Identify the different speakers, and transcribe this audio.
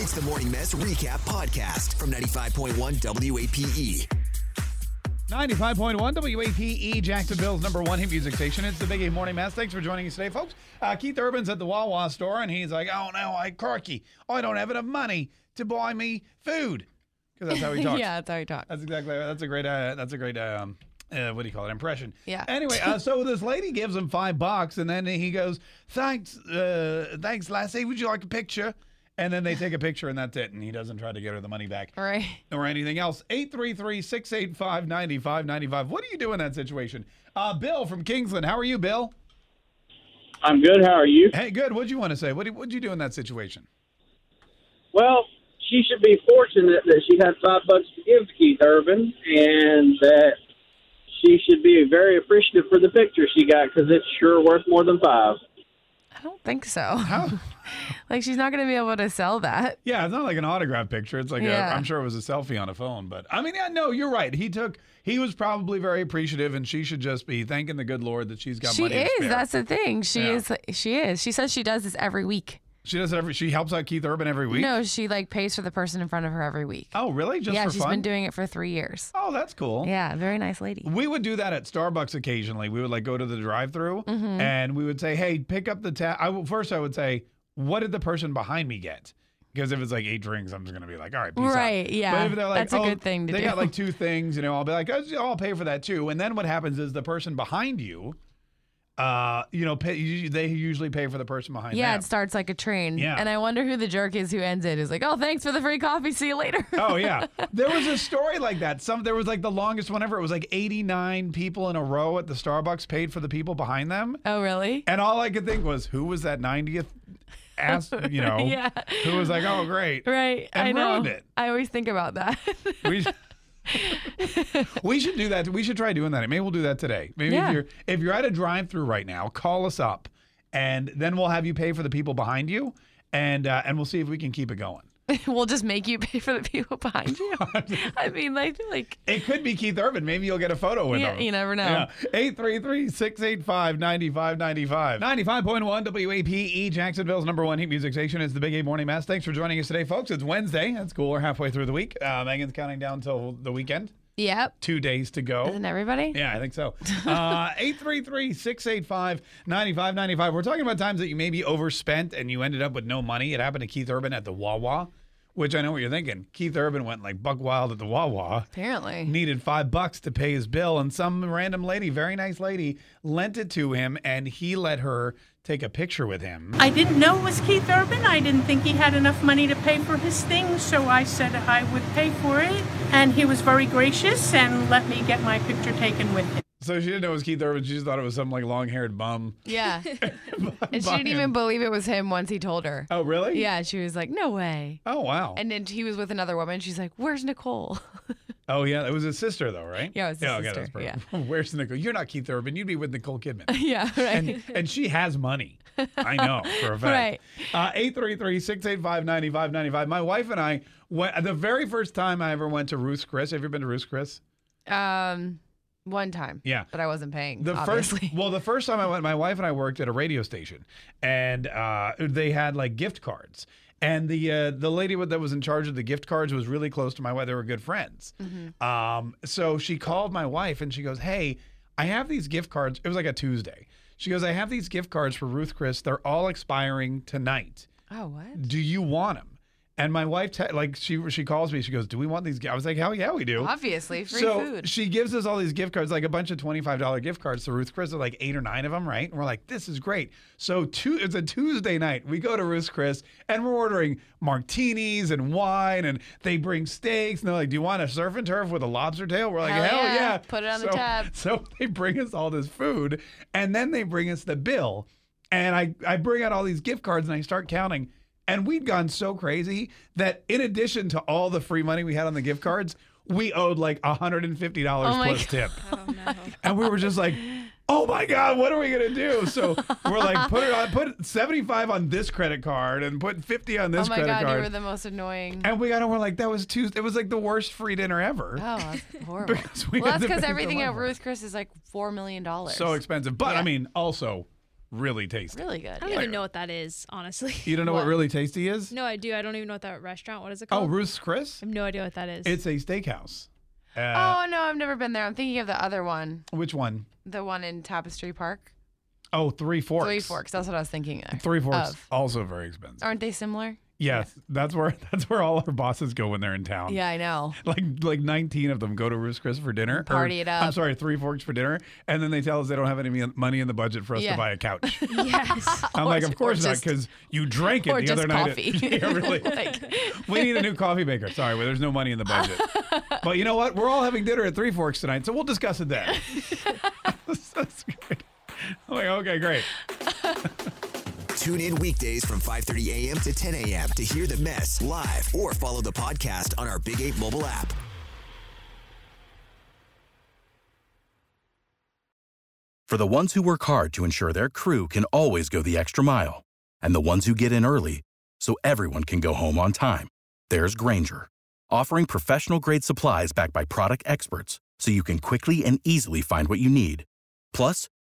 Speaker 1: It's the Morning Mess Recap Podcast from 95.1 WAPE.
Speaker 2: 95.1 WAPE E, Jacksonville's number one hit music station. It's the Big A Morning Mass. Thanks for joining us today, folks. Uh, Keith Urban's at the Wawa store, and he's like, "Oh no, I corky. I don't have enough money to buy me food," because that's how he talks.
Speaker 3: yeah, that's how he talks.
Speaker 2: That's exactly. That's a great. Uh, that's a great. Um, uh, what do you call it? Impression.
Speaker 3: Yeah.
Speaker 2: Anyway, uh, so this lady gives him five bucks, and then he goes, "Thanks, uh, thanks, lassie. Would you like a picture?" And then they take a picture, and that's it. And he doesn't try to get her the money back
Speaker 3: All right.
Speaker 2: or anything else. 833-685-9595. What do you do in that situation? Uh, Bill from Kingsland. How are you, Bill?
Speaker 4: I'm good. How are you?
Speaker 2: Hey, good. What'd you want to say? What do, what'd you do in that situation?
Speaker 4: Well, she should be fortunate that she had five bucks to give to Keith Urban, and that she should be very appreciative for the picture she got because it's sure worth more than five.
Speaker 3: I don't think so.
Speaker 2: How?
Speaker 3: like she's not going to be able to sell that.
Speaker 2: Yeah, it's not like an autograph picture. It's like
Speaker 3: Yeah.
Speaker 2: a, I'm sure it was a selfie on a phone, but I mean, yeah, no, you're right. He took. He was probably very appreciative, and she should just be thanking the good Lord that she's got
Speaker 3: she
Speaker 2: money. to
Speaker 3: is.
Speaker 2: spare.
Speaker 3: That's the thing. She
Speaker 2: Yeah.
Speaker 3: is. She is. She says she does this every week.
Speaker 2: she does it every. She helps out Keith Urban every week.
Speaker 3: No, she like pays for the person in front of her every week.
Speaker 2: Oh, really? Just
Speaker 3: yeah,
Speaker 2: for
Speaker 3: she's
Speaker 2: fun?
Speaker 3: been doing it for three years.
Speaker 2: oh, that's cool.
Speaker 3: Yeah, very nice lady.
Speaker 2: We would do that at Starbucks occasionally. We would like go to the drive-through
Speaker 3: Mm-hmm.
Speaker 2: and we would say, "Hey, pick up the tab." I will, first I would say, "What did the person behind me get?" Because if it's like eight drinks, I'm just gonna be like, "All right, peace out."
Speaker 3: Right, yeah.
Speaker 2: But if they're like,
Speaker 3: That's a
Speaker 2: "Oh,
Speaker 3: good thing to
Speaker 2: they
Speaker 3: do."
Speaker 2: got like two things, you know. I'll be like, "Oh, "I'll pay for that too." And then what happens is the person behind you, uh, you know, pay, you- they usually pay for the person behind.
Speaker 3: Yeah,
Speaker 2: them.
Speaker 3: it starts like a train.
Speaker 2: Yeah.
Speaker 3: And I wonder who the jerk is who ends it. Is like, oh, thanks for the free coffee. See you later.
Speaker 2: Oh yeah, there was a story like that. Some there was like the longest one ever. It was like 89 people in a row at the Starbucks paid for the people behind them.
Speaker 3: oh, really?
Speaker 2: And all I could think was, who was that 90th ass, you know,
Speaker 3: Yeah.
Speaker 2: who was like, oh, great.
Speaker 3: Right.
Speaker 2: And
Speaker 3: I know.
Speaker 2: ruined it.
Speaker 3: I always think about that.
Speaker 2: We, we should do that. We should try doing that. Maybe we'll do that today. Maybe
Speaker 3: Yeah.
Speaker 2: if you're if you're at a drive through right now, call us up and then we'll have you pay for the people behind you and uh, and we'll see if we can keep it going.
Speaker 3: we'll just make you pay for the people behind you. I mean, I feel like
Speaker 2: It could be Keith Urban. Maybe you'll get a photo with
Speaker 3: Yeah,
Speaker 2: him.
Speaker 3: you never know.
Speaker 2: 833 685 9595. 95.1 WAPE, E, Jacksonville's number one heat music station. It's the Big A Morning Mass. Thanks for joining us today, folks. It's Wednesday. That's cool. We're halfway through the week. Uh, Megan's counting down till the weekend.
Speaker 3: Yep.
Speaker 2: Two days to go.
Speaker 3: Isn't everybody?
Speaker 2: Yeah, I think so. Uh, 833 685 9595. We're talking about times that you maybe overspent and you ended up with no money. It happened to Keith Urban at the Wawa, which I know what you're thinking. Keith Urban went like buck wild at the Wawa
Speaker 3: Apparently.
Speaker 2: needed five bucks to pay his bill, and some random lady, very nice lady, lent it to him, and he let her take a picture with him.
Speaker 5: I didn't know it was Keith Urban. I didn't think he had enough money to pay for his things, so I said I would pay for it. And he was very gracious and let me get my picture taken with him.
Speaker 2: So she didn't know it was Keith Urban. She just thought it was some like long-haired bum.
Speaker 3: Yeah. and she
Speaker 2: buying-
Speaker 3: didn't even believe it was him once he told her.
Speaker 2: Oh, really?
Speaker 3: Yeah, she was like, no way.
Speaker 2: Oh, wow.
Speaker 3: And then he was with another woman. She's like, where's Nicole?
Speaker 2: oh, yeah. It was his sister, though, right?
Speaker 3: Yeah, it was his
Speaker 2: okay,
Speaker 3: sister,
Speaker 2: that's perfect. Where's Nicole? You're not Keith Urban. You'd be with Nicole Kidman.
Speaker 3: yeah, right.
Speaker 2: and, and she has money. I know for a fact. Uh, 833-685-9595. My wife and I, went, the very first time I ever went to Ruth's Chris, have you ever been to Ruth's Chris?
Speaker 3: um, one time.
Speaker 2: Yeah.
Speaker 3: But I wasn't paying.
Speaker 2: The
Speaker 3: obviously.
Speaker 2: first, well, the first time I went, my wife and I worked at a radio station, and uh, they had like gift cards. And the uh, the lady with- that was in charge of the gift cards was really close to my wife. They were good friends. Um, so she called my wife and she goes, "Hey, I have these gift cards. It was like a Tuesday. She goes, I have these gift cards for Ruth Chris. They're all expiring tonight.
Speaker 3: oh, what?
Speaker 2: Do you want them?" And my wife, te- like she she calls me. She goes, "Do we want these?" gi-" I was like, "Hell yeah, we do."
Speaker 3: Obviously, free
Speaker 2: so
Speaker 3: food.
Speaker 2: she gives us all these gift cards, like a bunch of twenty-five dollar gift cards to Ruth Chris, There are like eight or nine of them, right? And we're like, this is great. So two, it's a Tuesday night. We go to Ruth Chris, and we're ordering martinis and wine, and they bring steaks. And they're like, do you want a surf and turf with a lobster tail? We're like,
Speaker 3: Hell
Speaker 2: hell,
Speaker 3: yeah.
Speaker 2: yeah.
Speaker 3: Put it on the
Speaker 2: So-
Speaker 3: tab.
Speaker 2: So they bring us all this food, and then they bring us the bill, and I I bring out all these gift cards, and I start counting. And we'd gone so crazy that in addition to all the free money we had on the gift cards, we owed like $150
Speaker 3: Oh my
Speaker 2: plus
Speaker 3: God.
Speaker 2: tip.
Speaker 6: Oh, no.
Speaker 2: And we were just like, oh my God, what are we going to do? So we're like, put it on, put 75 on this credit card and put 50 on this
Speaker 3: oh my
Speaker 2: credit
Speaker 3: god,
Speaker 2: card.
Speaker 3: you were the most annoying.
Speaker 2: and we got it. We're like, that was Tuesday. It was like the worst free dinner ever.
Speaker 3: Oh, that's horrible.
Speaker 2: Because we
Speaker 3: well,
Speaker 2: had
Speaker 3: that's
Speaker 2: to
Speaker 3: because
Speaker 2: make
Speaker 3: everything at
Speaker 2: delivery.
Speaker 3: Ruth Chris is like four million dollars.
Speaker 2: So expensive. But I
Speaker 3: Yeah.
Speaker 2: mean, also really tasty.
Speaker 3: really good.
Speaker 6: I don't
Speaker 3: yeah.
Speaker 6: even know what that is, honestly.
Speaker 2: You don't know what?
Speaker 3: What?
Speaker 2: really tasty is?
Speaker 6: No, I do. I don't even know what that restaurant. What is it
Speaker 2: Oh,
Speaker 6: called?
Speaker 2: Ruth's Chris?
Speaker 6: I have no idea what that is.
Speaker 2: It's a steakhouse. Uh,
Speaker 3: Oh no, I've never been there. I'm thinking of the other one,
Speaker 2: Which one?
Speaker 3: the one in Tapestry Park.
Speaker 2: Oh, Three Forks.
Speaker 3: Three Forks. That's what I was thinking. There.
Speaker 2: Three Forks.
Speaker 3: Of.
Speaker 2: Also very expensive.
Speaker 3: Aren't they similar?
Speaker 2: yes, that's where that's where all our bosses go when they're in town.
Speaker 3: Yeah, I know.
Speaker 2: Like like 19 of them go to Ruth's Chris for dinner. or-
Speaker 3: Party it
Speaker 2: I'm
Speaker 3: up.
Speaker 2: sorry, Three Forks for dinner, and then they tell us they don't have any money in the budget for us to
Speaker 3: Yeah.
Speaker 2: buy a couch.
Speaker 6: yes.
Speaker 2: I'm
Speaker 3: Or
Speaker 2: like,
Speaker 3: ju-
Speaker 2: of course
Speaker 3: or
Speaker 2: not,
Speaker 3: just-
Speaker 2: because you drank it
Speaker 3: or
Speaker 2: the
Speaker 3: just
Speaker 2: other night.
Speaker 3: coffee.
Speaker 2: yeah, really.
Speaker 3: Like-
Speaker 2: we need a new coffee maker. Sorry, well, there's no money in the budget. but you know what? We're all having dinner at Three Forks tonight, so we'll discuss it then. That's great. I'm like, okay, great.
Speaker 1: Tune in weekdays from 5:30 a.m. to 10 a.m. to hear the mess live or follow the podcast on our Big 8 mobile app.
Speaker 7: For the ones who work hard to ensure their crew can always go the extra mile, and the ones who get in early so everyone can go home on time, there's Granger, offering professional grade supplies backed by product experts so you can quickly and easily find what you need. Plus,